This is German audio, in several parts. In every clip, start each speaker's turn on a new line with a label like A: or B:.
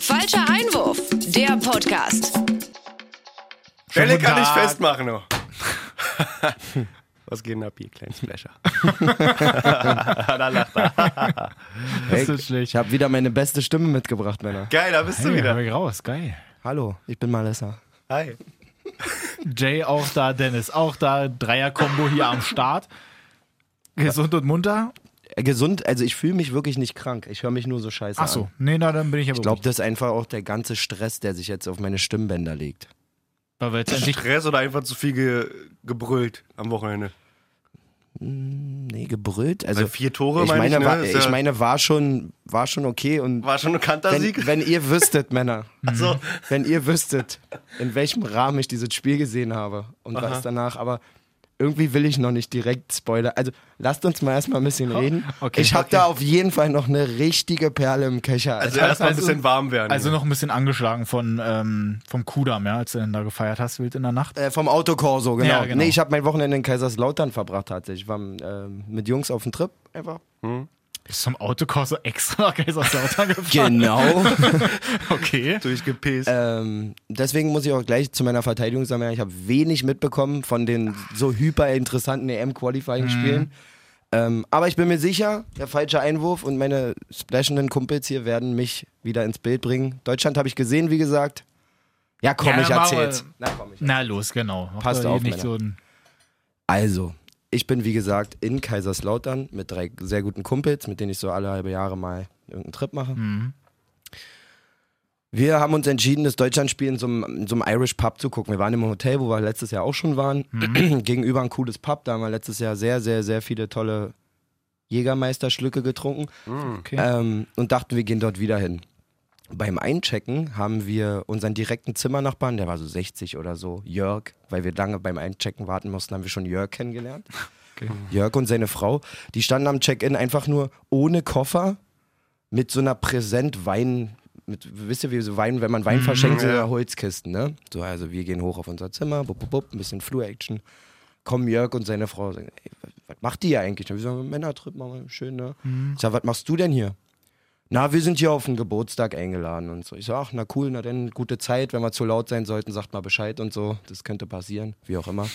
A: Falscher Einwurf, der Podcast.
B: Schönen
C: Welle
B: guten
C: kann ich
B: Tag.
C: festmachen noch. Was geht denn ab, ihr kleinen Splasher? da lacht er.
B: Das ist schlecht.
D: Ich habe wieder meine beste Stimme mitgebracht, Männer.
C: Geil, da bist du
B: Hey, wieder.
C: wieder.
B: Ich raus, geil.
D: Hallo, ich bin Malessa.
C: Hi.
B: Jay auch da, Dennis auch da, Dreier-Kombo hier am Start. Gesund und munter?
D: Äh, gesund, also ich fühle mich wirklich nicht krank. Ich höre mich nur so scheiße
B: Ach so,
D: an.
B: nee, na dann bin ich aber
D: Ich glaube, das ist einfach auch der ganze Stress, der sich jetzt auf meine Stimmbänder legt.
B: weil wir jetzt endlich
C: Stress oder einfach zu viel ge gebrüllt am Wochenende?
D: Nee, gebrüllt. Also
C: Also vier Tore,
D: ich meine,
C: meine ich, ne?
D: war,
C: Ist
D: ich
C: ja-
D: meine, war schon, war schon okay und
C: War schon ein Kantersieg?
D: wenn, wenn ihr wüsstet, Männer,
C: Also,
D: wenn ihr wüsstet, in welchem Rahmen ich dieses Spiel gesehen habe und was danach, aber irgendwie will ich noch nicht direkt Spoiler. Also lasst uns mal erstmal ein bisschen reden.
B: Oh, okay,
D: ich habe
B: okay.
D: da auf jeden Fall noch eine richtige Perle im Köcher.
C: also
D: Alter.
C: erstmal ein
B: also-
C: bisschen warm werden.
B: also
C: hier.
B: noch ein bisschen angeschlagen von, ähm, vom Kudam, ja, als du denn da gefeiert hast, wild in der Nacht.
D: Äh, vom Autokorso, genau.
B: Ja, genau.
D: Nee, ich habe mein Wochenende in Kaiserslautern verbracht tatsächlich. Ich war ähm, mit Jungs auf dem Trip einfach.
B: Bis zum Autokorso extra nach Kaiserslautern gefahren.
D: Genau.
B: Okay.
C: durchgepäst.
D: ähm, deswegen muss ich auch gleich zu meiner Verteidigung sagen, ich habe wenig mitbekommen von den so hyper interessanten
B: Mhm.
D: EM-Qualifying-Spielen. Ähm, aber ich bin mir sicher, der falsche Einwurf und meine splashenden Kumpels hier werden mich wieder ins Bild bringen. Deutschland habe ich gesehen, wie gesagt. Ja, komm,
B: Ja,
D: ich
B: dann machen wir-
D: erzähl's. Na, komm, ich
B: Na los, genau. Mach
D: Passt
B: doch hier
D: auf,
B: nicht
D: Männer.
B: so ein
D: Also, ich bin wie gesagt in Kaiserslautern mit drei sehr guten Kumpels, mit denen ich so alle halbe Jahre mal irgendeinen Trip mache. Wir haben uns entschieden, das Deutschlandspiel in so, einem, in so einem Irish Pub zu gucken. Wir waren im Hotel, wo wir letztes Jahr auch schon waren. Gegenüber ein cooles Pub. Da haben wir letztes Jahr sehr, sehr, sehr viele tolle Jägermeisterschlücke getrunken.
B: okay.
D: Ähm, und dachten, wir gehen dort wieder hin. Beim Einchecken haben wir unseren direkten Zimmernachbarn, der war so 60 oder so, Jörg, weil wir lange beim Einchecken warten mussten, haben wir schon Jörg kennengelernt.
B: Okay.
D: Jörg und seine Frau, die standen am Check-in einfach nur ohne Koffer mit so einer Präsent Wein, mit, wisst ihr, wie so Wein, wenn man Wein verschenkt, so einer Holzkisten, ne? So, also wir gehen hoch auf unser Zimmer, bup, bup, bup, ein bisschen Flur-Action. Kommen Jörg und seine Frau, sagen, ey, wa- was macht die hier eigentlich? Und wir sagen, Männertrip machen wir schön, ne? Ich sag, was machst du denn hier? Na, wir sind hier auf den Geburtstag eingeladen und so. Ich so, ach, na cool, na dann gute Zeit. Wenn wir zu laut sein sollten, sagt mal Bescheid und so. Das könnte passieren, wie auch immer.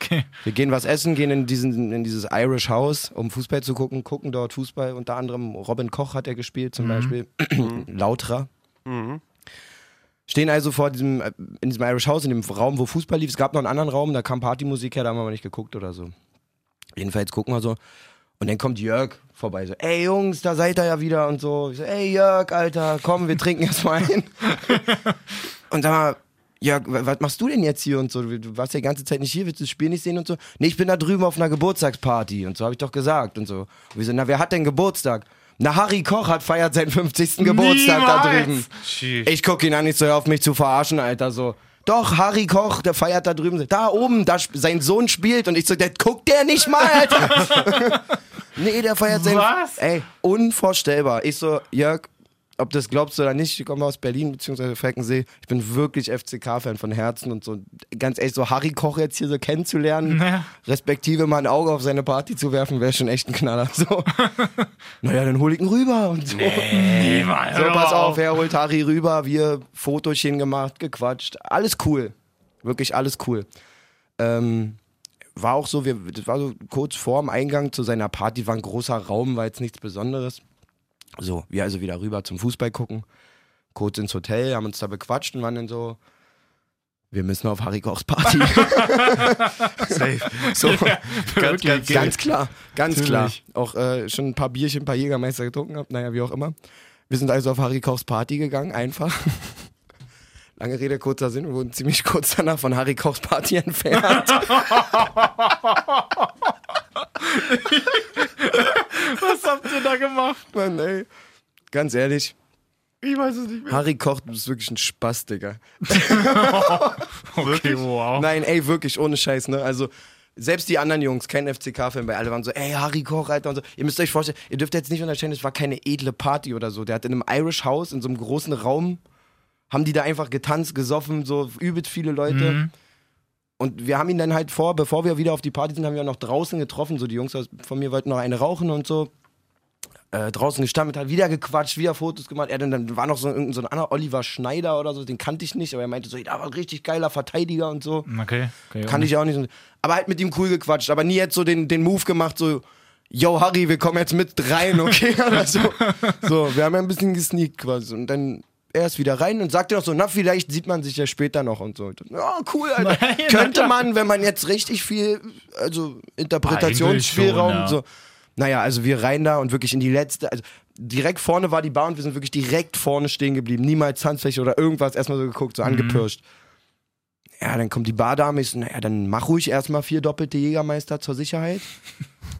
B: okay.
D: Wir gehen was essen, gehen in, diesen, in dieses Irish House, um Fußball zu gucken, gucken dort Fußball. Unter anderem Robin Koch hat er gespielt, zum Beispiel. Lautra. Stehen also vor diesem, äh, in diesem Irish House, in dem Raum, wo Fußball lief. Es gab noch einen anderen Raum, da kam Partymusik her, da haben wir aber nicht geguckt oder so. Jedenfalls gucken wir so. Und dann kommt Jörg vorbei, so, ey Jungs, da seid ihr ja wieder und so. Ich so, ey Jörg, Alter, komm, wir trinken jetzt mal ein. und sag mal, Jörg, wa- was machst du denn jetzt hier und so? Du warst ja die ganze Zeit nicht hier, willst du das Spiel nicht sehen und so? Nee, ich bin da drüben auf einer Geburtstagsparty und so, habe ich doch gesagt und so. Und wir so, na, wer hat denn Geburtstag? Na, Harry Koch hat feiert seinen 50. Geburtstag da
B: Niemals!
D: drüben.
C: Sheesh.
D: Ich guck ihn an, ich so, hör auf mich zu verarschen, Alter, so. Doch, Harry Koch, der feiert da drüben. Da oben, da sp- sein Sohn spielt. Und ich so, der guckt der nicht mal, Alter. nee, der feiert seinen...
B: Was?
D: Ey, unvorstellbar. Ich so, Jörg, ob du das glaubst oder nicht, ich komme aus Berlin, beziehungsweise Falkensee. Ich bin wirklich FCK-Fan von Herzen und so. Ganz ehrlich, so Harry Koch jetzt hier so kennenzulernen,
B: Ja.
D: respektive mal ein Auge auf seine Party zu werfen, wäre schon echt ein Knaller. So. naja, dann hol ich ihn rüber und so.
B: Niemals.
D: So,
B: hör
D: pass auf,
B: auf.
D: er holt Harry rüber, wir Fotochen gemacht, gequatscht. Alles cool. Wirklich alles cool. Ähm, war auch so, wir, das war so kurz vorm Eingang zu seiner Party, war ein großer Raum, war jetzt nichts Besonderes. So, wir also wieder rüber zum Fußball gucken, kurz ins Hotel, haben uns da bequatscht und waren dann so, wir müssen auf Harry Kochs Party.
C: Safe.
D: so,
C: Ganz, ganz,
D: Ganz klar, ganz
B: Natürlich.
D: klar. Auch äh, schon ein paar Bierchen, ein paar Jägermeister getrunken hab, naja, wie auch immer. Wir sind also auf Harry Kochs Party gegangen, einfach. Lange Rede, kurzer Sinn, wir wurden ziemlich kurz danach von Harry Kochs Party entfernt.
B: Was habt ihr da gemacht?
D: Mann, ey. Ganz ehrlich,
C: Ich weiß es nicht mehr.
D: Harry Koch, du bist wirklich ein Spaß, Digga.
B: Okay, wow.
D: Nein, ey, wirklich, ohne Scheiß, ne? Also, selbst die anderen Jungs, kein FCK-Fan, weil alle waren so, ey, Harry Koch, Alter, und so. Ihr müsst euch vorstellen, ihr dürft jetzt nicht unterstellen, es war keine edle Party oder so. Der hat in einem Irish House, in so einem großen Raum, haben die da einfach getanzt, gesoffen, so übelst viele Leute. Und wir haben ihn dann halt vor, bevor wir wieder auf die Party sind, haben wir noch draußen getroffen. So, die Jungs aus- von mir wollten noch eine rauchen und so. äh, draußen gestanden, hat wieder gequatscht, wieder Fotos gemacht. Er dann, dann war noch so, irgendein so ein anderer Oliver Schneider oder so, den kannte ich nicht, aber er meinte so, da war ein richtig geiler Verteidiger und so.
B: Okay. okay
D: Kann ich auch nicht. Aber halt mit ihm cool gequatscht, aber nie jetzt so den, den Move gemacht, so, yo Harry, wir kommen jetzt mit rein, okay? Oder so. so, wir haben ja ein bisschen gesneakt quasi. Und dann er ist wieder rein und sagt dir noch so, na, vielleicht sieht man sich ja später noch und so. Ja, cool, Alter.
B: Nein,
D: Könnte
B: Alter.
D: man, wenn man jetzt richtig viel, also Interpretationsspielraum,
B: Eigentlich schon,
D: so. Naja, also wir rein da und wirklich in die letzte, also direkt vorne war die Bar und wir sind wirklich direkt vorne stehen geblieben. Niemals Handfläche oder irgendwas, erstmal so geguckt, so angepirscht. Ja, dann kommt die Bardame, ich so, naja, dann mach ruhig erstmal vier doppelte Jägermeister zur Sicherheit.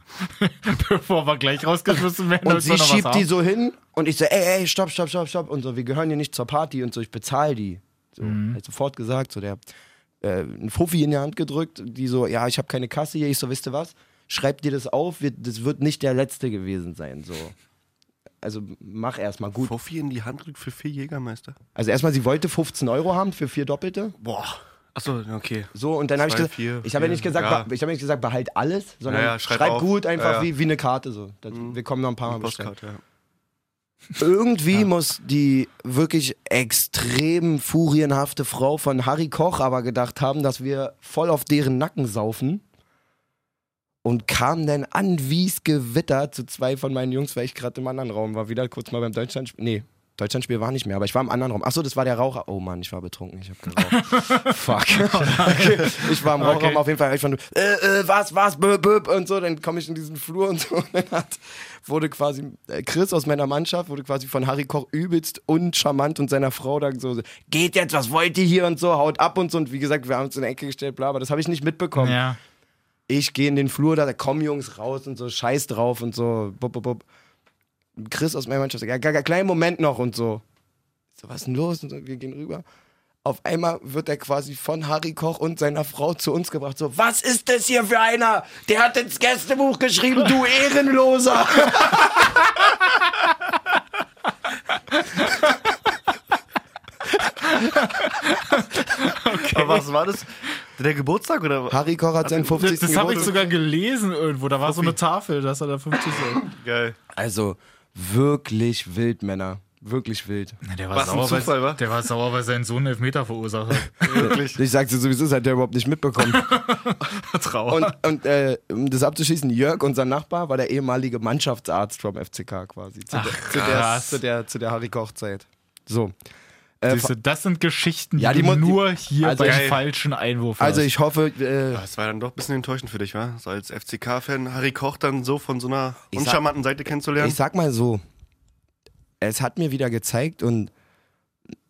B: Bevor wir gleich rausgeschmissen werden.
D: Und
B: damit wir
D: sie
B: noch was
D: schiebt die
B: haben.
D: so hin und ich so, ey, ey, stopp, stopp, stopp, stopp. Und so, wir gehören hier nicht zur Party und so, ich bezahle die. So,
C: Mhm.
D: hat sofort gesagt, so der äh, ein Fuffi in die Hand gedrückt, die so, ja, ich habe keine Kasse hier. Ich so, wisst ihr was? Schreibt dir das auf, wir, das wird nicht der letzte gewesen sein. So. Also mach erstmal gut.
C: Fuffi in die Hand drückt für vier Jägermeister.
D: Also erstmal, sie wollte 15 Euro haben für vier Doppelte.
C: Boah. Achso, okay.
D: So, und dann habe ich
C: Zwei,
D: gesagt,
C: vier,
D: ich habe
C: vier,
D: ja nicht gesagt,
C: ja.
D: be- ich habe nicht gesagt, behalt alles, sondern
C: Ja, ja, schreib
D: schreib,
C: auf.
D: gut einfach
C: Ja, ja.
D: Wie, wie eine Karte so. Das, Wir kommen noch ein paar Mal bestellen.
C: Postkarte, ja.
D: Irgendwie muss die wirklich extrem furienhafte Frau von Harry Koch aber gedacht haben, dass wir voll auf deren Nacken saufen. Und kam dann an wie's Gewitter zu zwei von meinen Jungs, weil ich gerade im anderen Raum war. Wieder kurz mal beim Deutschlandspiel. Nee, Deutschlandspiel war nicht mehr, aber ich war im anderen Raum. Achso, das war der Raucher. Oh Mann, ich war betrunken, ich habe geraucht. Fuck. Okay. Ich war im Rauchraum
B: Okay.
D: auf jeden Fall. Ich war nur, äh, äh, was, was, böb, böb und so. Dann komme ich in diesen Flur und so. Und dann hat, wurde quasi, äh, Chris aus meiner Mannschaft wurde quasi von Harry Koch übelst uncharmant und seiner Frau dann so, geht jetzt, was wollt ihr hier und so, haut ab und so. Und wie gesagt, wir haben uns in die Ecke gestellt, bla, aber das habe ich nicht mitbekommen
B: Ja.
D: ich gehe in den Flur, da komm Jungs raus und so, scheiß drauf und so, bup, bup, bup. Chris aus meiner Mannschaft sagt, ja, gar, gar, kleinen Moment noch und so. Ich So, was ist denn los? Und so, wir gehen rüber. Auf einmal wird er quasi von Harry Koch und seiner Frau zu uns gebracht. So, was ist das hier für einer? Der hat ins Gästebuch geschrieben, du Ehrenloser.
C: Aber was war das? Der Geburtstag oder was?
D: Harry Koch hat seinen 50.
B: Das, das habe ich
D: Geburtstag.
B: sogar gelesen irgendwo. Da war so eine Tafel, dass er da 50 Cent.
C: Geil.
D: Also, wirklich wild, Männer. Wirklich wild.
B: Der war,
C: Was ein
B: sauer,
C: Zufall, wa?
B: weil, der war sauer, weil sein Sohn einen Elfmeter verursacht hat.
C: Wirklich.
D: Ich sag's dir sowieso, das hat der überhaupt nicht mitbekommen.
B: Trauer.
D: Und, und äh, um das abzuschließen, Jörg, unser Nachbar, war der ehemalige Mannschaftsarzt vom FCK quasi. Zu, der, zu, der,
B: krass.
D: zu, der, zu der Harry Koch-Zeit. So.
B: Siehst du, das sind Geschichten,
D: Ja,
B: Äh, die,
D: die
B: du
D: mu- die-
B: nur hier
D: also
B: bei
C: geil.
B: falschen Einwurf
D: Also
B: hast.
D: ich hoffe, äh,
C: Das war dann doch ein bisschen enttäuschend für dich, wa? So als FCK-Fan Harry Koch dann so von so einer
D: sag-
C: uncharmanten Seite kennenzulernen.
D: ich sag mal so, es hat mir wieder gezeigt und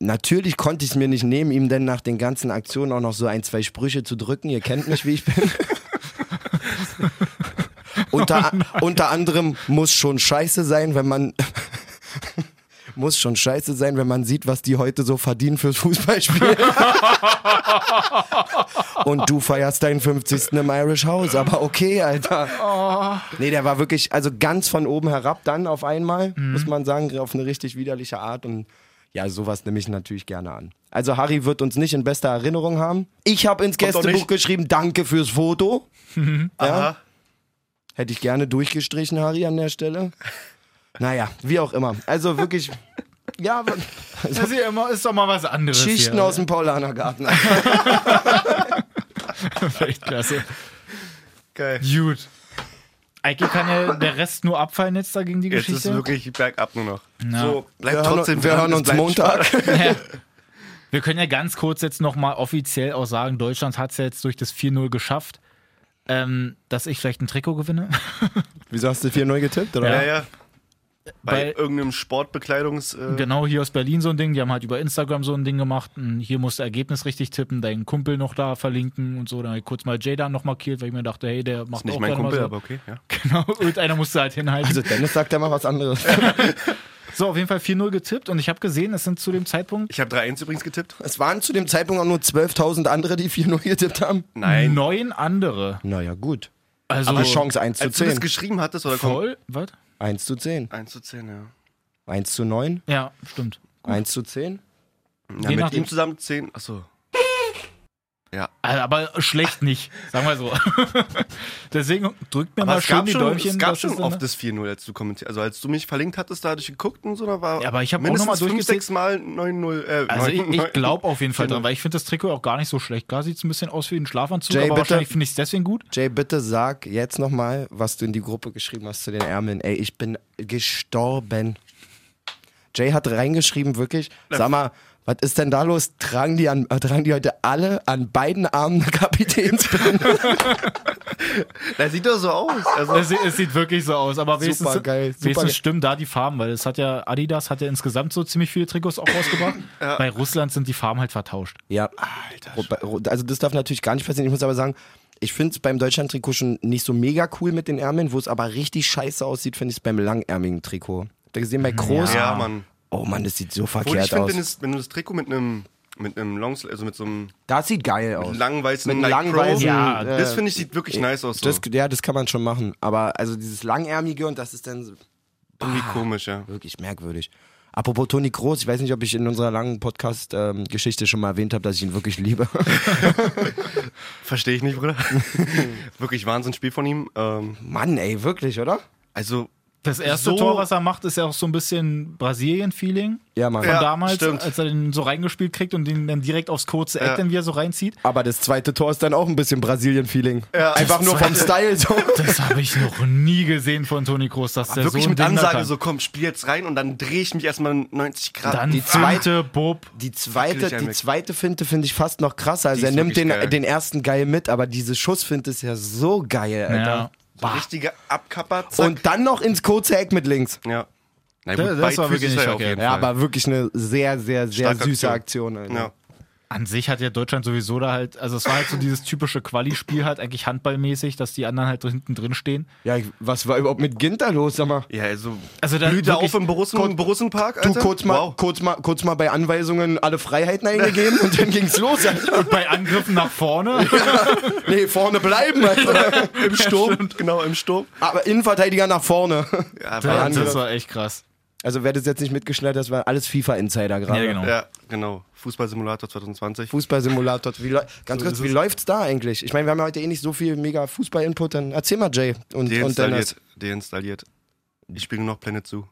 D: natürlich konnte ich es mir nicht nehmen, ihm denn nach den ganzen Aktionen auch noch so ein, zwei Sprüche zu drücken. Ihr kennt mich, wie ich bin. unter, unter anderem muss schon scheiße sein, wenn man. Muss schon scheiße sein, wenn man sieht, was die heute so verdienen fürs Fußballspiel. Und du feierst deinen 50. im Irish House, aber okay, Alter.
C: Oh.
D: Nee, der war wirklich, also ganz von oben herab dann auf einmal,
C: Mhm.
D: muss man sagen, auf eine richtig widerliche Art. Und ja, sowas nehme ich natürlich gerne an. Also Harry wird uns nicht in bester Erinnerung haben. Ich habe ins
C: Kommt doch
D: Gästebuch
C: nicht.
D: geschrieben, danke fürs Foto.
C: Aha.
D: Hätte ich gerne durchgestrichen, Harry, an der Stelle. Naja, wie auch immer. Also wirklich, ja, aber- also
B: Das ist, ja immer, ist doch mal was anderes.
D: Schichten
B: hier.
D: aus dem Paulanergarten.
B: Weltklasse.
C: Geil.
B: Gut. Eigentlich kann ja der Rest nur abfallen jetzt da gegen die
C: Jetzt
B: Geschichte.
C: ist wirklich bergab nur noch. So,
D: Wir
C: bleibt
D: hören,
C: trotzdem
D: wir
C: dran,
D: hören
C: es
D: uns
C: bleibt
D: Montag.
B: Ja. Wir können ja ganz kurz jetzt nochmal offiziell auch sagen, Deutschland hat es ja jetzt durch das 4-0 geschafft, ähm, dass ich vielleicht ein Trikot gewinne.
D: Wieso hast du 4-0 getippt, oder?
C: Ja, ja. Bei,
B: Bei-
C: irgendeinem Sportbekleidungs. Äh,
B: Genau, hier aus Berlin so ein Ding. Die haben halt über Instagram so ein Ding gemacht. Und hier musst du Ergebnis richtig tippen, deinen Kumpel noch da verlinken und so. Dann hab ich kurz mal Jada noch markiert, weil ich mir dachte, hey, der macht
C: ist nicht
B: auch
C: mein
B: gerne
C: Kumpel,
B: mal so.
C: aber okay. Ja.
B: Genau, irgendeiner musste halt hinhalten.
D: Also Dennis sagt ja mal was anderes.
B: so, auf jeden Fall 4-0 getippt und ich habe gesehen, es sind zu dem Zeitpunkt
C: Ich habe 3-1 übrigens getippt.
D: Es waren zu dem Zeitpunkt auch nur 12.000 andere, die 4-0 getippt haben.
C: Nein.
B: neun andere.
D: Naja, gut.
B: Also
D: Aber Chance 1 zu
C: Als du das
D: 10.
C: geschrieben hattest, oder komm.
B: voll. Was?
D: 1 zu 10.
C: 1 zu 10, ja.
D: 1 zu 9.
B: Ja, stimmt.
D: 1 zu 10.
C: ja mit
B: nachdem.
C: ihm zusammen 10. Achso. Ja.
B: Also, aber schlecht nicht, sagen wir so. Deswegen drückt mir
C: Aber
B: mal
C: es
B: schön
C: gab
B: die
C: schon,
B: Däumchen.
C: es gab
B: dass
C: schon
B: dann-
C: oft das 4-0, als du kommentierst. Also als du mich verlinkt hattest, da hatte ich geguckt und so, da war
B: Ja, aber ich hab auch noch
C: mindestens
B: mal
C: fünf,
B: durchgezählt.
C: sechs Mal 9-0. Äh,
B: Also ich,
C: 9-0.
B: ich glaube auf jeden Fall dran,
C: Genau.
B: weil ich finde das Trikot auch gar nicht so schlecht. Klar sieht es ein bisschen aus wie ein Schlafanzug,
D: Jay,
B: aber
D: bitte.
B: wahrscheinlich finde ich es deswegen gut.
D: Jay, bitte sag jetzt nochmal, was du in die Gruppe geschrieben hast zu den Ärmeln. Ey, ich bin gestorben. Jay hat reingeschrieben, wirklich. Sag mal, was ist denn da los? Tragen die, an, äh, tragen die heute alle an beiden Armen eine Kapitänsbinde?
C: Das sieht doch so aus. Also,
B: Es, es sieht wirklich so aus, aber wenigstens,
D: Supergeil, supergeil.
B: wenigstens stimmen da die Farben, weil es hat ja Adidas hat ja insgesamt so ziemlich viele Trikots auch rausgebracht. Bei Russland sind die Farben halt vertauscht.
D: ja. Ro- Also das darf natürlich gar nicht passieren. Ich muss aber sagen, ich finde es beim Deutschland-Trikot schon nicht so mega cool mit den Ärmeln. Wo es aber richtig scheiße aussieht, finde ich es beim langärmigen Trikot. Habt ihr gesehen, bei Groß?
C: ja, Mann.
D: Oh Mann, das sieht so
C: Obwohl
B: halt
C: ich
D: verkehrt
C: finde,
D: aus.
C: wenn, es- wenn du das Trikot mit einem mit einem Longsl, also mit so einem
D: Das sieht geil aus.
C: langen weißen
D: Mit einem
C: Nike
D: langen
C: Pro, hm,
D: weißen,
B: Ja,
D: äh,
C: das finde ich sieht wirklich nice aus. So.
D: Das, ja, das kann man schon machen. Aber also dieses Langärmige und das ist dann so
C: Irgendwie
B: Ah.
C: komisch, ja.
D: wirklich merkwürdig. Apropos Toni Groß, ich weiß nicht, ob ich in unserer langen Podcast-Geschichte schon mal erwähnt habe, dass ich ihn wirklich liebe.
C: Verstehe ich nicht, Bruder. wirklich Wahnsinnsspiel von ihm. Ähm,
D: Mann, ey, wirklich, oder?
C: also
B: Das erste
C: So-
B: Tor, was er macht, ist ja auch so ein bisschen Brasilien-Feeling.
D: Ja, Mann.
B: Von
C: Ja,
B: damals,
C: stimmt.
B: als er den so reingespielt kriegt und den dann direkt aufs kurze Eck,
C: Ja.
B: dann wieder so reinzieht.
D: Aber das zweite Tor ist dann auch ein bisschen Brasilien-Feeling.
C: Ja.
D: Einfach nur vom Style so.
B: Das habe ich noch nie gesehen von Toni Kroos, dass der
C: wirklich
B: so ein
C: mit
B: Ding da
C: Ansage
B: kann.
C: so, komm, spiel jetzt rein und dann drehe ich mich erstmal 90 Grad.
B: Dann
D: Die
B: die
D: zweite-
B: zweite Bob.
D: Die zweite,
C: Wirklich ein
D: die
C: Mix.
D: zweite Finte finde ich fast noch krasser. Also
C: Die
D: er
C: ist
D: nimmt den,
C: wirklich geil.
D: den ersten geil mit, aber diese Schussfinte ist ja so geil, Alter.
B: Ja.
C: so richtige Abkapper, zack.
D: Und dann noch ins kurze Eck mit links.
C: ja. Na
B: Das- das war
C: beidfüßig
B: wirklich
C: ist er
B: nicht
C: auf jeden
B: verkehrt.
D: Ja,
C: Fall.
D: aber wirklich eine sehr, sehr, sehr
C: Starke
D: süße Aktion.
C: Aktion.
D: Alter.
C: Ja.
B: An sich hat ja Deutschland sowieso da halt, also es war halt so dieses typische Quali-Spiel halt, eigentlich handballmäßig, dass die anderen halt hinten drin stehen.
D: Ja, ich- was war überhaupt mit Ginter los, sag mal?
C: Ja, also,
B: Also da
C: blüht er
B: wirklich-
C: auf im Borussen, Borussenpark,
D: Du
C: Alter?
D: kurz mal,
C: Wow.
D: kurz, mal, kurz mal bei Anweisungen alle Freiheiten eingegeben und dann ging's los. Alter.
B: Bei Angriffen nach vorne.
D: Nee, vorne bleiben. Alter.
C: Im Sturm, genau, im Sturm.
D: Aber Innenverteidiger nach vorne.
C: Ja,
B: Ja,
C: Wahnsinn.
B: das war echt krass.
D: Also wer das jetzt nicht mitgeschnallt hat, das waren alles FIFA-Insider gerade.
B: Ja, genau.
C: Ja, genau. Fußballsimulator 2020.
D: Fußballsimulator. Wie läu- ganz kurz, wie läuft's da eigentlich? Ich meine, wir haben ja heute eh nicht so viel mega Fußball-Input. Dann erzähl mal, Jay und, und Dennis.
C: Deinstalliert. Deinstalliert. Ich spiele nur noch Planet Zoo.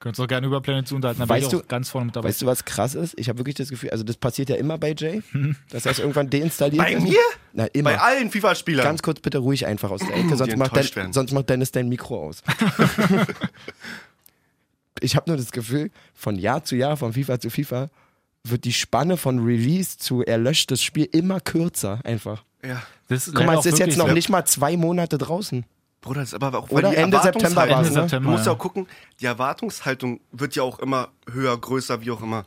B: Könntest auch gerne über Planet zu unterhalten, da
D: Weißt
B: weißt bin ich
D: du-
B: auch ganz vorne mit dabei.
D: Weißt du, was krass ist? Ich habe wirklich das Gefühl, also das passiert ja immer bei Jay,
B: Mhm.
D: dass er es irgendwann deinstalliert.
C: Bei
D: ist.
C: mir?
D: Na, immer.
C: Bei allen FIFA-Spielern.
D: Ganz kurz bitte ruhig einfach aus der Ecke, sonst
C: Die
D: macht,
C: enttäuscht
D: dein,
C: werden.
D: sonst macht Dennis dein Mikro aus. ich habe nur das Gefühl, von Jahr zu Jahr, von FIFA zu FIFA, wird die Spanne von Release zu erlöschtes Spiel immer kürzer einfach.
C: ja.
B: Das
D: Guck mal,
B: leider
D: es ist
B: auch
D: jetzt
B: wirklich
D: noch
B: so.
D: nicht mal zwei Monate draußen.
C: Bruder, das ist aber auch
D: Oder
C: weil die
D: Ende September
C: Erwartungshaltung-
D: war's,
B: Ende ne? September,
C: Du musst ja
B: ja.
C: auch gucken, die Erwartungshaltung wird ja auch immer höher, größer, wie auch immer.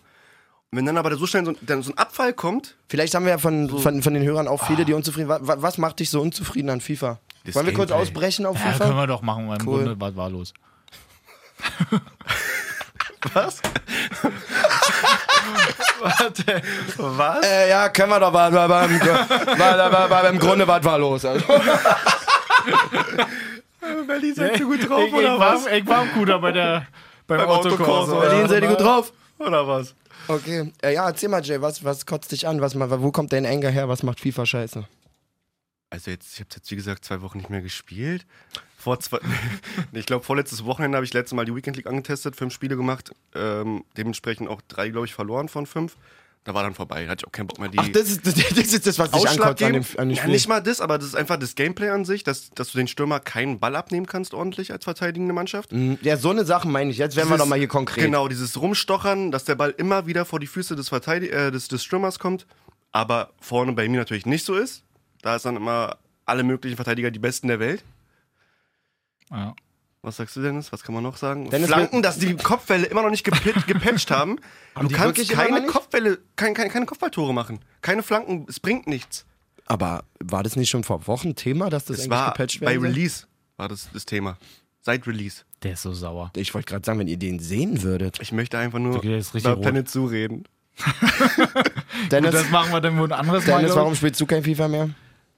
C: Und wenn dann aber so schnell so, ein- dann so ein Abfall kommt,
D: Vielleicht haben wir ja von, von, von den Hörern auch viele, die unzufrieden waren. Wa- Was macht dich so unzufrieden an FIFA?
C: Das
D: Wollen wir kurz
C: Gameplay.
D: ausbrechen auf
B: Ja, können
D: FIFA?
B: wir doch machen, weil im
D: Cool.
B: Grunde war, war los.
C: was?
B: Warte.
C: Was?
D: Äh, ja, können wir doch. War, war, war, war, war, war, war, Im Grunde was war los. Also.
C: Melli, seid ihr gut
B: ich, ich, war, ich war gut, aber der, beim,
C: Beim
B: Autokurs.
C: Autokorso,
B: oder?
C: Berlin
D: seid ihr gut drauf?
C: Oder was?
D: Okay, äh, ja, erzähl mal, Jay, was, was kotzt dich an? Was, ma- wo kommt dein Anger her? Was macht FIFA scheiße?
C: Also jetzt, ich habe jetzt wie gesagt zwei Wochen nicht mehr gespielt. Vor zwei, Nee, ich glaube vorletztes Wochenende habe ich letztes Mal die Weekend League angetestet, fünf Spiele gemacht, ähm, dementsprechend auch drei, glaube ich, verloren von fünf. Da war dann vorbei, hatte ich auch keinen Bock mehr. Die
D: Ach, das ist das, das, ist das was dich ankotzt an dem,
C: Ausschlaggebend-
D: an dem
C: ja,
D: Spiel.
C: nicht mal das, aber das ist einfach das Gameplay an sich, dass, dass du den Stürmer keinen Ball abnehmen kannst ordentlich als verteidigende Mannschaft.
D: Mhm. ja, so eine Sache meine ich. Jetzt werden wir
C: Dieses-
D: doch mal hier konkret.
C: Genau, dieses Rumstochern, dass der Ball immer wieder vor die Füße des, Verteidig äh, des, des Stürmers kommt, aber vorne bei mir natürlich nicht so ist. Da ist dann immer alle möglichen Verteidiger die Besten der Welt.
B: Ja.
C: Was sagst du, Dennis? Was kann man noch sagen?
D: Dennis,
C: Flanken, dass die Kopfwelle immer noch nicht gepit- gepatcht haben.
D: Haben
C: du
D: die
C: kannst
D: wirklich immer noch
C: keine
D: nicht?
C: Kopfwelle, kein, kein, keine Kopfballtore machen. Keine Flanken, es bringt nichts.
D: Aber war das nicht schon vor Wochen Thema, dass das
C: Es
D: eigentlich
C: war
D: gepatcht
C: bei
D: werden soll?
C: Release, war das das Thema. Seit Release.
B: Der ist so sauer.
D: Ich wollte gerade sagen, wenn ihr den sehen würdet.
C: Ich möchte einfach nur
B: Okay, der ist richtig
C: über
B: rot.
C: Planet Zoo reden.
B: Das,
D: Dennis,
B: das machen wir dann wohl ein anderes Mal.
D: Dennis
B: glaub ich.
D: warum spielst du kein FIFA mehr?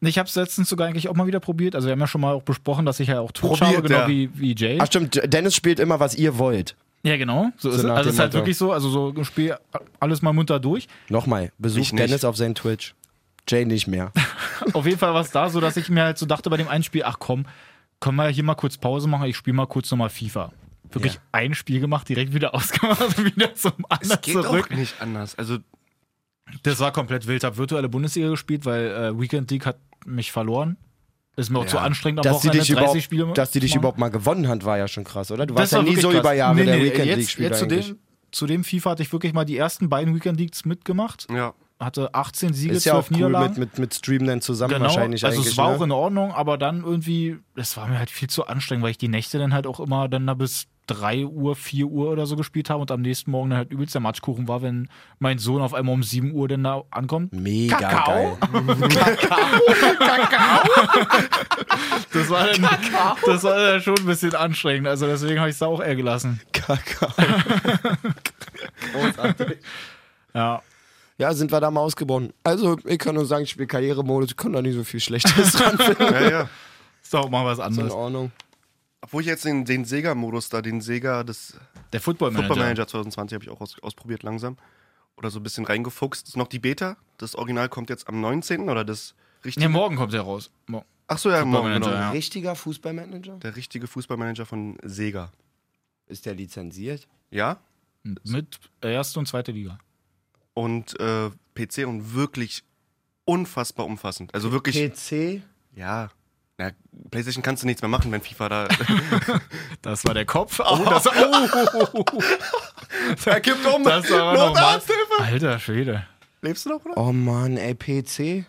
B: Ich habe es letztens sogar eigentlich auch mal wieder probiert. Also wir haben ja schon mal auch besprochen, dass ich ja auch Twitch
C: Probiert,
B: habe, genau
C: ja.
B: wie, wie Jay.
D: Ach stimmt, Dennis spielt immer, was ihr wollt.
B: ja, genau. So ist, es.
D: nach
B: also
D: dem
B: es ist halt
D: Motto.
B: wirklich so, also so ein Spiel alles mal munter durch.
D: Nochmal, besucht
C: Ich nicht.
D: Dennis auf seinen Twitch. Jay nicht mehr.
B: Auf jeden Fall war es da so, dass ich mir halt so dachte bei dem einen Spiel, ach komm, können wir hier mal kurz Pause machen, ich spiele mal kurz nochmal FIFA. Wirklich
D: Ja.
B: ein Spiel gemacht, direkt wieder ausgemacht und wieder zum anderen
C: Es geht
B: zurück.
C: auch nicht anders. Also,
B: Das war komplett wild. Hab virtuelle Bundesliga gespielt, weil äh, Weekend League hat mich verloren. Ist mir auch
C: Ja.
B: zu anstrengend, am
D: Dass die,
B: Wochenende
D: dich
B: 30
D: überhaupt,
B: Spiele
D: dass die dich
B: machen.
D: überhaupt mal gewonnen hat, war ja schon krass, oder? Du
B: Das
D: warst ja
B: war
D: nie
B: wirklich
D: so
B: krass.
D: über Jahre
B: Nee,
D: der
B: nee,
D: Weekend
B: jetzt,
D: League-Spieler
B: jetzt zu
D: eigentlich.
B: dem, zu dem FIFA hatte ich wirklich mal die ersten beiden Weekend Leagues mitgemacht.
C: ja.
B: Hatte 18 Siege,
D: Ist ja auch
B: 12
D: cool
B: Niederlagen.
D: mit, mit, mit Streamen dann zusammen
B: Genau,
D: wahrscheinlich
B: also
D: eigentlich.
B: es war
D: ne?
B: auch in Ordnung, aber dann irgendwie, das war mir halt viel zu anstrengend, weil ich die Nächte dann halt auch immer dann da bis 3 Uhr, 4 Uhr oder so gespielt habe und am nächsten Morgen dann halt übelst der Matschkuchen war, wenn mein Sohn auf einmal um 7 Uhr dann da ankommt.
D: Mega
B: Kakao?
D: geil.
B: Das war dann, das war dann schon ein bisschen anstrengend, also deswegen habe ich es da auch eher gelassen.
D: Kakao.
B: Ja.
D: Ja, sind wir da mal ausgebaut. Also, ich kann nur sagen, ich spiele Karrieremodus, ich kann da nicht so viel Schlechtes dran finden.
C: ja, ja.
B: Ist doch mal was
D: In
B: anderes.
D: Ordnung.
C: Obwohl ich jetzt den, den Sega-Modus da, den Sega des
B: Der Football Manager.
C: Football Manager 2020 habe ich auch aus, ausprobiert langsam. Oder so ein bisschen reingefuchst. Ist noch die Beta. Das Original kommt jetzt am 19. oder das
B: Nee,
C: richtige.
B: morgen kommt der raus. Mo-
C: Ach so, ja,
B: Football
C: morgen.
B: Manager,
C: Genau.
B: ja.
D: Richtiger Fußballmanager?
C: Der richtige Fußballmanager von Sega.
D: Ist der lizenziert?
C: Ja?
B: Mit erste und zweite Liga.
C: Und äh, PC und wirklich unfassbar umfassend. Also wirklich.
D: PC?
C: Ja. Na, PlayStation kannst du nichts mehr machen, wenn FIFA da.
B: Das war der Kopf. Oh, das, oh.
C: Er gibt um!
B: Das war aber noch
C: Notarzthilfe!
B: Alter Schwede.
C: Lebst du noch, oder?
D: Oh Mann, ey, PC?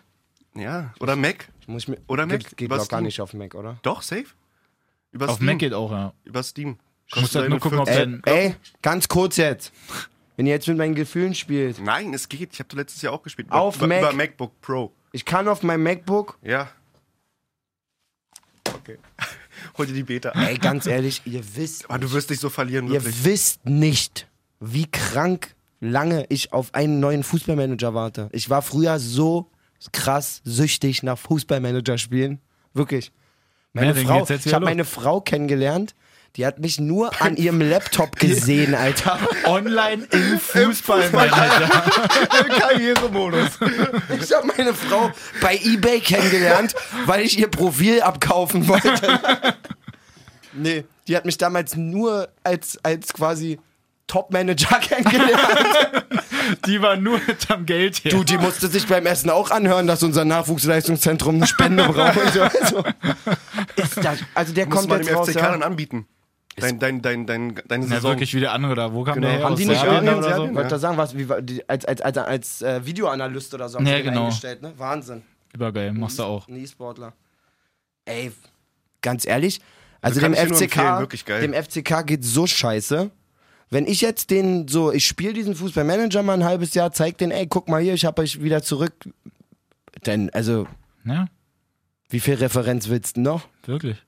C: Ja. Oder Mac?
D: Ich muss mir,
C: Oder
D: geht,
C: Mac?
D: geht
C: Über
D: doch gar
C: Steam.
D: nicht auf Mac, oder?
C: Doch, safe. Über
B: Auf Mac geht auch, ja.
C: Über Steam.
B: Ich muss halt nur gucken, ob
D: Ey,
B: sein.
D: ey, ganz kurz jetzt. Wenn ihr jetzt mit meinen Gefühlen spielt.
C: Nein, es geht. Ich habe letztes Jahr auch gespielt.
D: Auf
C: über,
D: Mac.
C: Über MacBook Pro.
D: Ich kann auf meinem MacBook
C: Ja. Okay. Hol dir die Beta.
D: Ey, ganz ehrlich, ihr wisst,
C: Aber du wirst dich so verlieren,
D: ihr
C: wirklich.
D: wisst nicht, wie krank lange ich auf einen neuen Fußballmanager warte. Ich war früher so krass süchtig nach Fußballmanager-Spielen. Wirklich. Meine
B: Mervin,
D: Frau,
B: geht's jetzt
D: ich
B: wieder
D: habe
B: los?
D: meine Frau kennengelernt, die hat mich nur an ihrem Laptop gesehen, Alter.
B: Online im Fußballmanager.
C: Karrieremodus.
D: Ich habe meine Frau bei eBay kennengelernt, weil ich ihr Profil abkaufen wollte. Nee, die hat mich damals nur als, als quasi Top-Manager kennengelernt.
B: Die war nur mit am Geld her.
D: Du, die musste sich beim Essen auch anhören, dass unser Nachwuchsleistungszentrum eine Spende braucht. Also, also, ist das, also der
C: Muss
D: kommt
C: man dem
D: jetzt raus.
C: FCK
D: Ja.
C: dann anbieten. Dein, dein, dein, dein, deine
B: Na,
C: Saison.
B: wirklich wie der andere da. Wo kam
C: Genau.
B: der her?
D: Haben
B: Aus
D: die nicht
B: Serbien
D: Serbien,
B: oder
D: Serbien?
B: so?
D: Wollte da sagen, was, wie, war- die, als, als, als, als äh, Videoanalyst oder so haben
B: Ja,
D: sie den
B: genau.
D: eingestellt, ne? Wahnsinn.
B: Übergeil, machst du auch.
D: Ein E-Sportler. Ey, ganz ehrlich, also
C: kann
D: dem
C: ich dir nur empfehlen,
D: FCK,
C: wirklich geil.
D: dem FCK geht so scheiße. Wenn ich jetzt den so, ich spiele diesen Fußballmanager mal ein halbes Jahr, zeig den, ey, guck mal hier, ich hab euch wieder zurück. Denn, also,
B: Ja,
D: wie viel Referenz willst du noch?
B: wirklich.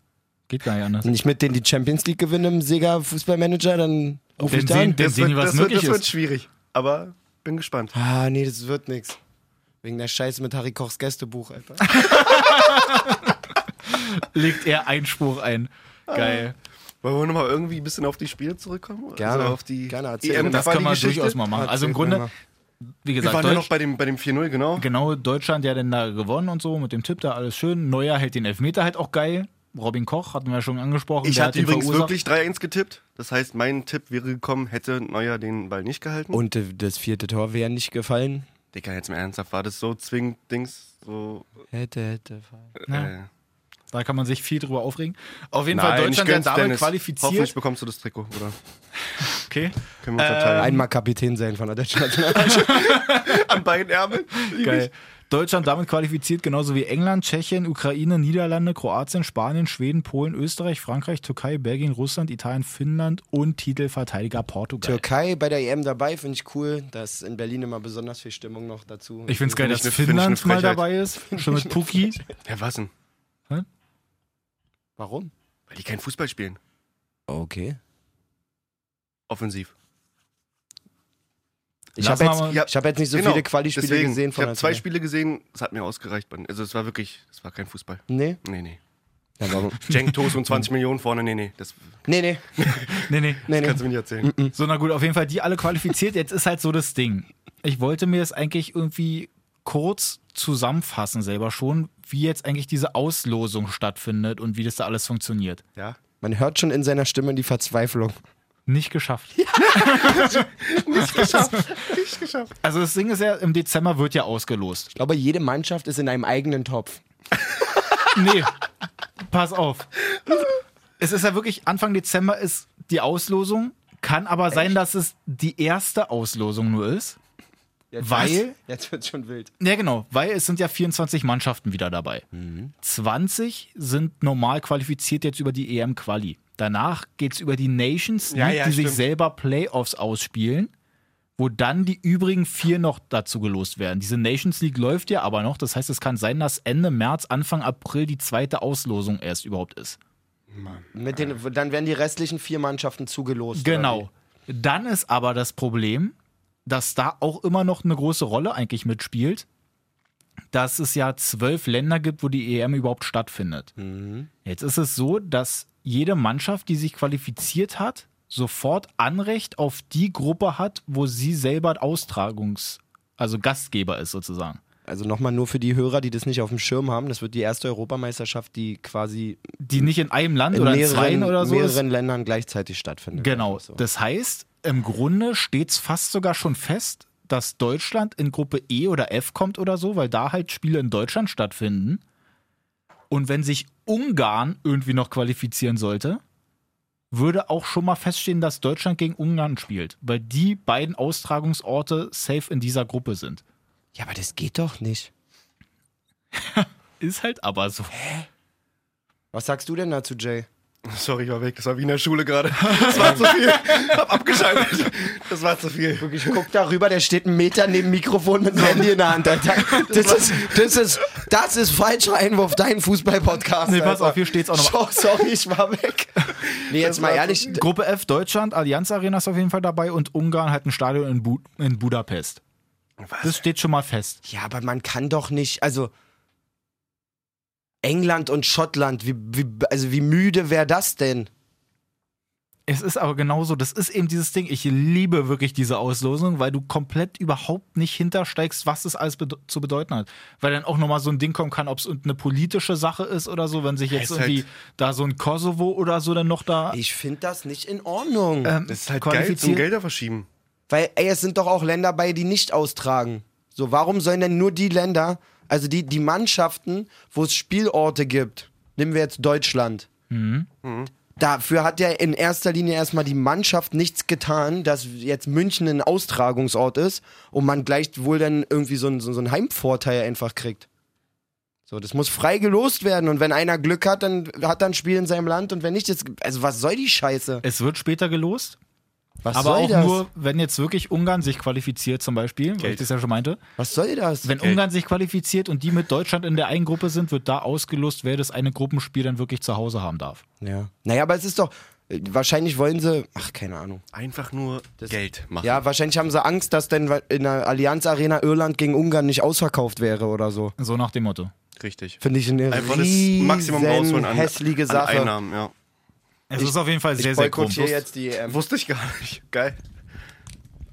B: Geht gar nicht anders.
D: Wenn ich mit denen die Champions League gewinne im Sega Fußballmanager, dann ruf ich
B: Dann
D: da
B: sehen,
D: an.
B: dann
C: das
B: sehen
C: wird,
B: die, was
C: das, wird,
B: möglich
C: das wird
B: ist.
C: schwierig. Aber bin gespannt.
D: Ah, nee, das wird nix. Wegen der Scheiße mit Harry Kochs Gästebuch, Alter.
B: Legt er Einspruch ein. Geil.
C: Wollen wir nochmal irgendwie ein bisschen auf die Spiele zurückkommen?
D: Gerne.
C: Also auf die
D: Gerne, erzähl
C: EM,
D: mir.
B: Das können wir
C: Quali-Geschichte?
B: durchaus mal machen. Also im
D: Ah, Erzähl mir
B: Grunde,
D: mal.
B: wie
C: Wir
B: gesagt,
C: waren ja noch
B: Deutsch,
C: bei dem, bei dem 4-0, genau.
B: genau, Deutschland ja dann da gewonnen und so mit dem Tipp da, alles schön. Neuer hält den Elfmeter halt auch geil. Robin Koch hatten wir ja schon angesprochen.
C: Ich
B: der
C: hatte
B: hat den
C: übrigens
B: verursacht.
C: wirklich 3-1 getippt. Das heißt, mein Tipp wäre gekommen, hätte Neuer den Ball nicht gehalten.
D: Und äh, das vierte Tor wäre nicht gefallen.
C: Digga, jetzt mal ernsthaft, war das so zwingend Dings? So,
D: Hätte, hätte. fallen.
B: Ja.
C: äh,
B: Da kann man sich viel drüber aufregen. Auf jeden Fall
C: nein, ich
B: Deutschland ja
C: gönn's
B: damit
C: Dennis. Hoffentlich
B: qualifiziert.
C: bekommst du das Trikot, oder?
B: Okay.
C: Können wir uns verteilen.
D: Ähm. Einmal Kapitän sein von der deutschen Äh,
C: An beiden Ärmeln?
B: Geil. Deutschland damit qualifiziert, genauso wie England, Tschechien, Ukraine, Niederlande, Kroatien, Spanien, Schweden, Polen, Österreich, Frankreich, Türkei, Belgien, Russland, Italien, Finnland und Titelverteidiger Portugal.
D: Türkei bei der EM dabei, finde ich cool. Da ist in Berlin immer besonders viel Stimmung noch dazu.
B: Ich finde es geil,
C: Find ich
B: dass
C: eine- find ich eine
B: Finnland mal
C: Frechheit.
B: dabei ist. Schon mit Puki.
C: Ja, was denn?
D: Warum?
C: Weil die keinen Fußball spielen.
D: Okay.
C: Offensiv.
D: Ich
B: Lass
D: habe
B: mal
D: jetzt,
B: mal-
D: ich hab jetzt nicht so viele Quali-Spiele
C: Genau. deswegen.
D: gesehen von
C: Ich
D: der
C: habe zwei
D: Türkei.
C: Spiele gesehen, das hat mir ausgereicht. Also es war wirklich, es war kein Fußball.
D: Nee?
C: Nee, nee.
D: Ja, warum?
C: Cenk Toast und 20 Millionen vorne, nee, nee. Das,
D: nee, nee.
B: Nee, nee.
D: nee, nee.
C: kannst du mir nicht erzählen.
B: So, na gut, auf jeden Fall die alle qualifiziert. Jetzt ist halt so das Ding. Ich wollte mir das eigentlich irgendwie kurz zusammenfassen selber schon, wie jetzt eigentlich diese Auslosung stattfindet und wie das da alles funktioniert.
C: Ja.
D: Man hört schon in seiner Stimme die Verzweiflung.
B: Nicht geschafft.
C: Nicht geschafft.
B: Also das Ding ist ja, im Dezember wird ja ausgelost.
D: Ich glaube, jede Mannschaft ist in einem eigenen Topf.
B: Nee, pass auf. Es ist ja wirklich, Anfang Dezember ist die Auslosung, kann aber sein, dass es die erste Auslosung nur ist. Weil-
D: Jetzt wird's schon wild.
B: Ja, genau, weil es sind ja 24 Mannschaften wieder dabei.
C: Mhm.
B: 20 sind normal qualifiziert jetzt über die EM-Quali. Danach geht es über die Nations League,
C: Ja, ja,
B: die sich
C: stimmt.
B: selber Playoffs ausspielen, wo dann die übrigen vier noch dazu gelost werden. Diese Nations League läuft ja aber noch, das heißt, es kann sein, dass Ende März, Anfang April die zweite Auslosung erst überhaupt ist.
D: Mit den, dann werden die restlichen vier Mannschaften zugelost.
B: Genau. Dann ist aber das Problem, dass da auch immer noch eine große Rolle eigentlich mitspielt, dass es ja zwölf Länder gibt, wo die EM überhaupt stattfindet.
D: Mhm.
B: Jetzt ist es so, dass jede Mannschaft, die sich qualifiziert hat, sofort Anrecht auf die Gruppe hat, wo sie selber Austragungs-, also Gastgeber ist sozusagen.
D: Also nochmal nur für die Hörer, die das nicht auf dem Schirm haben. Das wird die erste Europameisterschaft, die quasi
B: Die nicht in einem Land
D: in
B: oder in
D: mehreren,
B: zweien oder so ist.
D: mehreren Ländern gleichzeitig stattfindet.
B: Genau.
D: Also so.
B: Das heißt, im Grunde steht es fast sogar schon fest, dass Deutschland in Gruppe E oder F kommt oder so, weil da halt Spiele in Deutschland stattfinden. Und wenn sich Ungarn irgendwie noch qualifizieren sollte, würde auch schon mal feststehen, dass Deutschland gegen Ungarn spielt, weil die beiden Austragungsorte safe in dieser Gruppe sind.
D: Ja, aber das geht doch nicht.
B: Ist halt aber so.
D: Was sagst du denn dazu, Jay?
C: Sorry, ich war weg. Das war wie in der Schule gerade. Das war zu viel. Hab abgeschaltet. Das war zu viel.
D: Ich guck da rüber, der steht einen Meter neben dem Mikrofon mit dem Handy in der Hand. Alter. Das ist, das ist, das ist falscher Einwurf, dein Fußball-Podcast.
B: Nee, pass
D: Alter.
B: auf, hier steht's auch noch.
D: Oh, sorry, ich war weg. Nee, jetzt mal ehrlich.
B: Gruppe F Deutschland, Allianz Arena ist auf jeden Fall dabei und Ungarn hat ein Stadion in, Bu in Budapest. Das steht schon mal fest.
D: Ja, aber man kann doch nicht, also England und Schottland, wie, wie, also wie müde wäre das denn?
B: Es ist aber genauso, das ist eben dieses Ding. Ich liebe wirklich diese Auslosung, weil du komplett überhaupt nicht hintersteigst, was das alles bede zu bedeuten hat. Weil dann auch nochmal so ein Ding kommen kann, ob es eine politische Sache ist oder so, wenn sich
C: Ist
B: jetzt
C: halt-
B: irgendwie da so ein Kosovo oder so dann noch da
D: Ich finde das nicht in Ordnung.
B: ähm,
C: Das ist halt geil zum
B: qualifiziert.
C: Gelder verschieben.
D: Weil, ey, es sind doch auch Länder bei, die nicht austragen. So, warum sollen denn nur die Länder, also die, die Mannschaften, wo es Spielorte gibt, nehmen wir jetzt Deutschland.
B: Mhm.
D: Dafür hat ja in erster Linie erstmal die Mannschaft nichts getan, dass jetzt München ein Austragungsort ist und man gleichwohl dann irgendwie so einen, so so einen Heimvorteil einfach kriegt. So, das muss frei gelost werden und wenn einer Glück hat, dann hat er ein Spiel in seinem Land und wenn nicht, jetzt, also was soll die Scheiße?
B: Es wird später gelost,
D: Was
B: aber
D: soll
B: auch
D: das?
B: nur, wenn jetzt wirklich Ungarn sich qualifiziert zum Beispiel, weil ich das ja schon meinte.
D: was soll das?
B: Wenn Ungarn sich qualifiziert und die mit Deutschland in der einen Gruppe sind, wird da ausgelost, wer das eine Gruppenspiel dann wirklich zu Hause haben darf.
D: Ja. Naja, aber es ist doch. Wahrscheinlich wollen sie. Ach, keine Ahnung.
C: Einfach nur Geld machen.
D: Ja, wahrscheinlich haben sie Angst, dass denn in der Allianz Arena Irland gegen Ungarn nicht ausverkauft wäre oder so.
B: So nach dem Motto.
C: Richtig.
D: Finde ich eine
C: Einfach das
D: riesen
C: Also Maximum rausholen an,
D: hässliche
C: an
D: Sache.
C: Einnahmen, ja.
B: Es ist auf jeden Fall sehr,
D: ich
B: sehr
D: boykottiere
B: komisch.
D: jetzt die EM.
C: Ähm, Wusste ich gar nicht. Geil.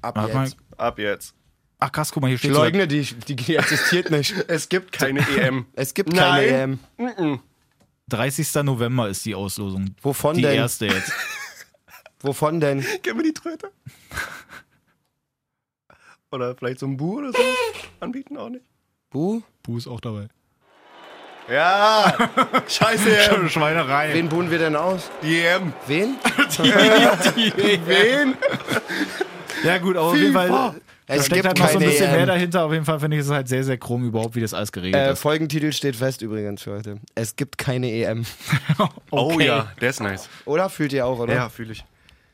D: Ab
B: Warte mal.
D: jetzt.
C: Ab jetzt.
B: Ach krass, guck mal, hier
D: Ich
B: steht sogar-
D: leugne die, die, die existiert nicht.
C: Es gibt keine EM.
D: Es gibt
C: Nein.
D: keine ähm, EM.
B: 30. November ist die Auslosung.
D: Wovon
B: die
D: denn?
B: erste jetzt.
D: Wovon denn?
C: Gib mir die Tröte. Oder vielleicht so ein Bu oder so. Anbieten auch nicht.
D: Bu?
B: Bu ist auch dabei.
C: Ja! Scheiße, EM.
B: Schweinerei.
D: Ähm, Wen buhen wir denn aus?
C: Die EM.
D: Wen?
C: E Wen?
B: Ja gut, aber auf jeden
C: FIFA.
B: Fall da
D: Es
B: steckt halt
D: gibt
B: noch so ein
D: keine
B: bisschen
D: EM.
B: mehr dahinter. Auf jeden Fall finde ich es halt sehr, sehr krumm überhaupt, wie das alles geregelt
D: Äh,
B: ist.
D: Folgentitel steht fest übrigens für heute. Es gibt keine EM.
C: Oh
B: Okay.
C: ja, der ist nice.
D: Oder? Fühlt ihr auch, oder?
C: Ja, fühle ich.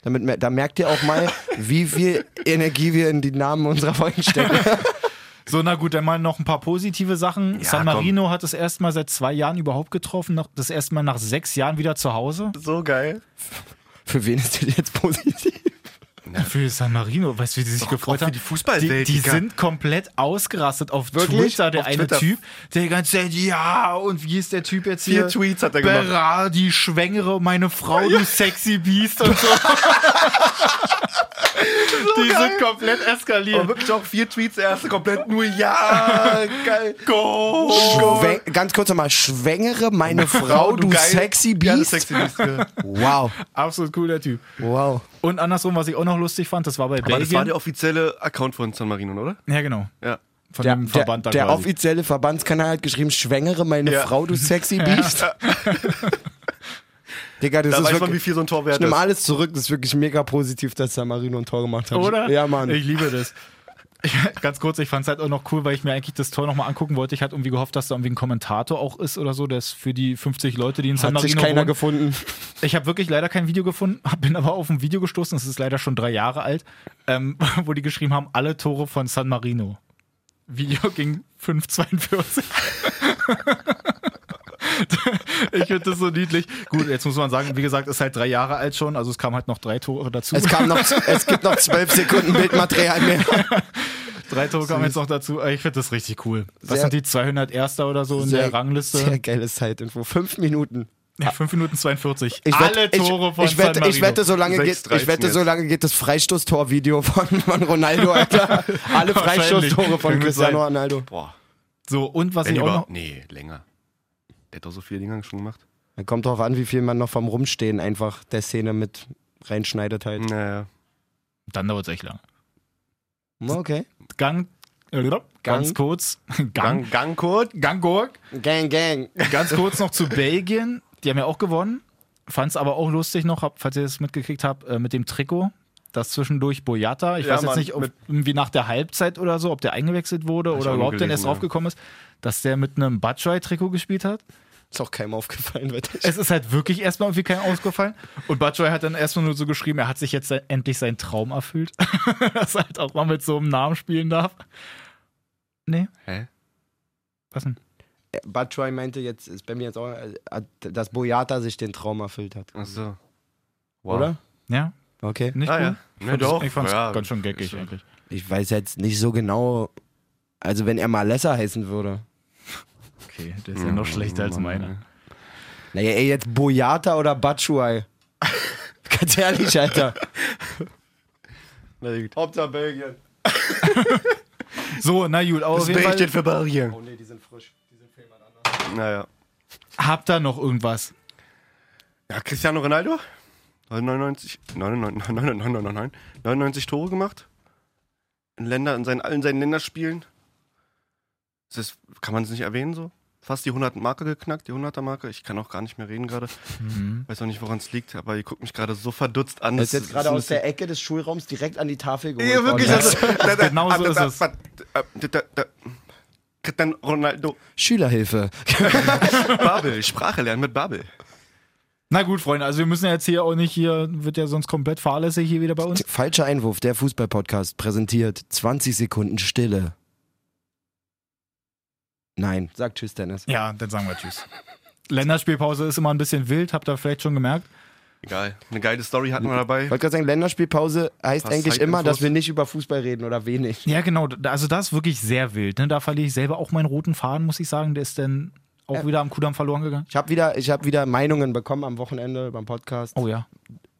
D: Damit, mer- da merkt ihr auch mal, wie viel Energie wir in die Namen unserer Folgen stecken.
B: So, na gut, dann mal noch ein paar positive Sachen. San
C: komm.
B: Marino hat es erstmal seit zwei Jahren überhaupt getroffen. nach- Das erstmal nach sechs Jahren wieder zu Hause.
C: So geil.
D: Für wen ist das jetzt positiv?
B: Für San Marino, weißt du, wie die sich gefreut
C: Oh für
B: haben?
C: die Fußballwelt,
B: Die, die
C: Digga.
B: sind komplett ausgerastet auf
D: Wirklich?
B: Twitter. Der
C: Auf
B: eine
C: Twitter.
B: Typ, der die ganze Zeit, ja, und wie ist der Typ jetzt hier?
C: Vier Tweets hat er gemacht. Oh
B: Berard, die Schwängere, meine Frau, du sexy Biest und so. die sind komplett
C: Aber
B: eskaliert.
C: wirklich auch vier Tweets, der erste komplett nur ja, geil. Go!
D: Schwe ganz kurz nochmal, schwängere meine Frau, du,
C: geil-
D: sexy
C: Ja, du
D: Beast.
C: sexy Beast. ja.
D: Wow,
B: Absolut cooler Typ.
D: wow.
B: Und andersrum, was ich auch noch lustig fand, das war bei
C: Aber das war
B: Belgien.
C: der offizielle Account von San Marino, oder?
B: ja, genau.
C: Ja.
B: Von
D: Der,
B: dem
D: der,
B: Verband da
D: der
B: quasi.
D: offizielle Verbandskanal hat geschrieben, schwängere meine
C: Ja.
D: Frau, du sexy Beast. Digga, das
C: Da
D: ist
C: weiß man, wie
D: wirklich...
C: viel so ein Tor wert
D: Ich nehme
C: ist.
D: alles zurück, das ist wirklich mega positiv, dass San Marino ein Tor gemacht hat.
B: Oder?
D: Ja, Mann.
B: Ich liebe das. Ich, ganz kurz, ich fand es halt auch noch cool, weil ich mir eigentlich das Tor nochmal angucken wollte. Ich hatte irgendwie gehofft, dass da irgendwie ein Kommentator auch ist oder so, das für die 50 Leute, die in San
D: hat
B: Marino
D: sich keiner
B: wohnen.
D: gefunden.
B: Ich habe wirklich leider kein Video gefunden, hab- bin aber auf ein Video gestoßen, es ist leider schon drei Jahre alt, ähm, wo die geschrieben haben, alle Tore von San Marino. Video ging 5,42. ich finde das so niedlich. Gut, jetzt muss man sagen, wie gesagt, ist halt drei Jahre alt schon, also es kamen halt noch drei Tore dazu.
D: Es, kam noch, es gibt noch zwölf Sekunden Bildmaterial mehr.
B: drei Tore kamen jetzt noch dazu. Äh, Ich finde das richtig cool. Was
D: Sehr-
B: sind die 201. oder so in der Rangliste?
D: Sehr geile Zeitinfo. Fünf Minuten.
B: ja, 5 Minuten 42.
D: Ich wette-
B: alle Tore
D: ich,
B: von
D: ich wette,
B: San Marino.
D: Ich wette, so lange geht,
C: 6-13
D: ich wette, so
C: jetzt.
D: lange geht das Freistoßtor-Video von, von Ronaldo, Alter. Alle
B: Wahrscheinlich.
D: Freistoßtore
B: Kann
D: von
B: gut
D: Cristiano
B: sein.
D: Ronaldo.
C: Boah,
B: so, und was
C: wenn
B: ich auch
C: über.
B: noch...
C: Nee, länger. Der hat doch so viele Dinger schon gemacht.
D: Da kommt drauf an, wie viel man noch vom Rumstehen einfach der Szene mit reinschneidet
B: Äh,
D: halt.
C: Naja.
B: Dann dauert es echt lang.
D: Okay.
B: Gang, äh, ganz kurz, Gang,
C: Gangkurt?
B: Gangorg,
D: Gang, gang.
B: ganz kurz noch zu Belgien. Die haben ja auch gewonnen. Fand es aber auch lustig noch, hab, falls ihr das mitgekriegt habt, äh, mit dem Trikot. Das zwischendurch Boyata. Ich
C: Ja,
B: weiß jetzt
C: Mann,
B: nicht, ob
C: mit-
B: irgendwie nach der Halbzeit oder so, ob der eingewechselt wurde
C: ich
B: oder
C: auch nur
B: überhaupt dann
C: gelesen,
B: erst
C: ja.
B: draufgekommen ist, dass der mit einem Batshuayi-Trikot gespielt hat.
D: Ist auch keinem aufgefallen, wette ich.
B: Es ist halt wirklich erstmal irgendwie kein ausgefallen. Und Batshuayi hat dann erstmal nur so geschrieben, er hat sich jetzt endlich seinen Traum erfüllt. Dass er halt auch mal mit so einem Namen spielen darf. Nee,
C: Hä?
B: was denn?
D: Batroy meinte jetzt, ist bei mir jetzt auch, äh, hat- dass Boyata sich den Traum erfüllt hat.
C: Achso.
D: Oder?
B: Ja,
D: Okay.
B: Nicht
C: Ah,
B: cool?
C: ja.
B: Ich
C: Ja,
B: fand's-
C: doch.
B: Ich fand's
C: Ja,
B: ganz schön geckig
C: ist so.
B: eigentlich.
D: Ich weiß jetzt nicht so genau, also wenn er mal Lesser heißen würde.
B: Okay, der ist ja Oh noch schlechter als meiner.
C: Mhm.
D: Naja, ey, jetzt Boyata oder Batshuayi? Ganz ehrlich, Alter.
C: Na gut. Hauptsache Belgien.
B: So, na gut, aber auf
C: Was
B: jeden
C: bin ich
B: Fall,
C: denn für Belgien?
D: Oh nee, die sind frisch.
C: Naja.
B: habt ihr noch irgendwas?
C: Ja, Cristiano Ronaldo hat 99, 99, 99, 99 Tore gemacht. In, Länder, in, seinen, in seinen Länderspielen. Das ist, kann man es nicht erwähnen so? Fast die 100-Marke geknackt, die 100er-Marke. Ich kann auch gar nicht mehr reden gerade. Weiß auch nicht, woran es liegt, aber ihr guckt mich gerade so verdutzt an.
D: Er ist
C: Das
D: jetzt gerade
C: ein
D: aus
C: bisschen-
D: der Ecke des Schulraums direkt an die Tafel geholt
C: Ja, wirklich.
D: worden.
C: Also,
B: Genau so ist es.
C: es. Cristiano Ronaldo.
D: Schülerhilfe.
C: Babel, Sprache lernen mit Babel.
B: Na gut, Freunde, also wir müssen ja jetzt hier auch nicht hier, wird ja sonst komplett fahrlässig hier wieder bei uns.
D: Falscher Einwurf, der Fußball-Podcast präsentiert 20 Sekunden Stille. Nein, sag Tschüss, Dennis.
B: Ja, dann sagen wir Tschüss. Länderspielpause ist immer ein bisschen wild, habt ihr vielleicht schon gemerkt.
C: Egal. Eine geile Story hatten wir dabei.
D: Ich wollte gerade sagen, Länderspielpause heißt
C: Was
D: eigentlich
C: zeigt
D: immer,
C: Infos?
D: dass wir nicht über Fußball reden oder wenig.
B: Ja, genau, da- also das ist wirklich sehr wild. Ne? Da verliere ich selber auch meinen roten Faden, muss ich sagen. Der ist dann auch wieder am Kudamm verloren gegangen.
D: Ich habe wieder, ich hab wieder Meinungen bekommen am Wochenende beim Podcast.
B: Oh ja,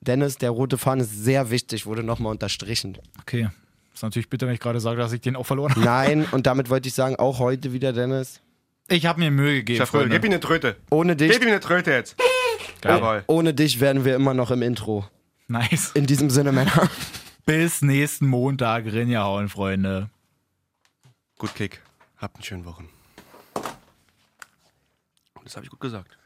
D: Dennis, der rote Faden ist sehr wichtig, wurde nochmal unterstrichen.
B: okay. Ist natürlich bitter, wenn ich gerade sage, dass ich den auch verloren habe.
D: Nein, und damit wollte ich sagen, auch heute wieder, Dennis,
B: Ich habe mir Mühe gegeben.
C: Ich hab Freude.
B: Freunde.
C: Gib ihm eine Tröte.
D: ohne dich,
C: Gib ihm eine Tröte jetzt.
B: Geil.
C: Jawohl.
D: ohne dich wären wir immer noch im Intro.
B: Nice.
D: In diesem Sinne, Männer.
B: Bis nächsten Montag, Rinjahauen, Freunde.
C: Gut Kick. Habt einen schönen Wochen. Das habe ich gut gesagt.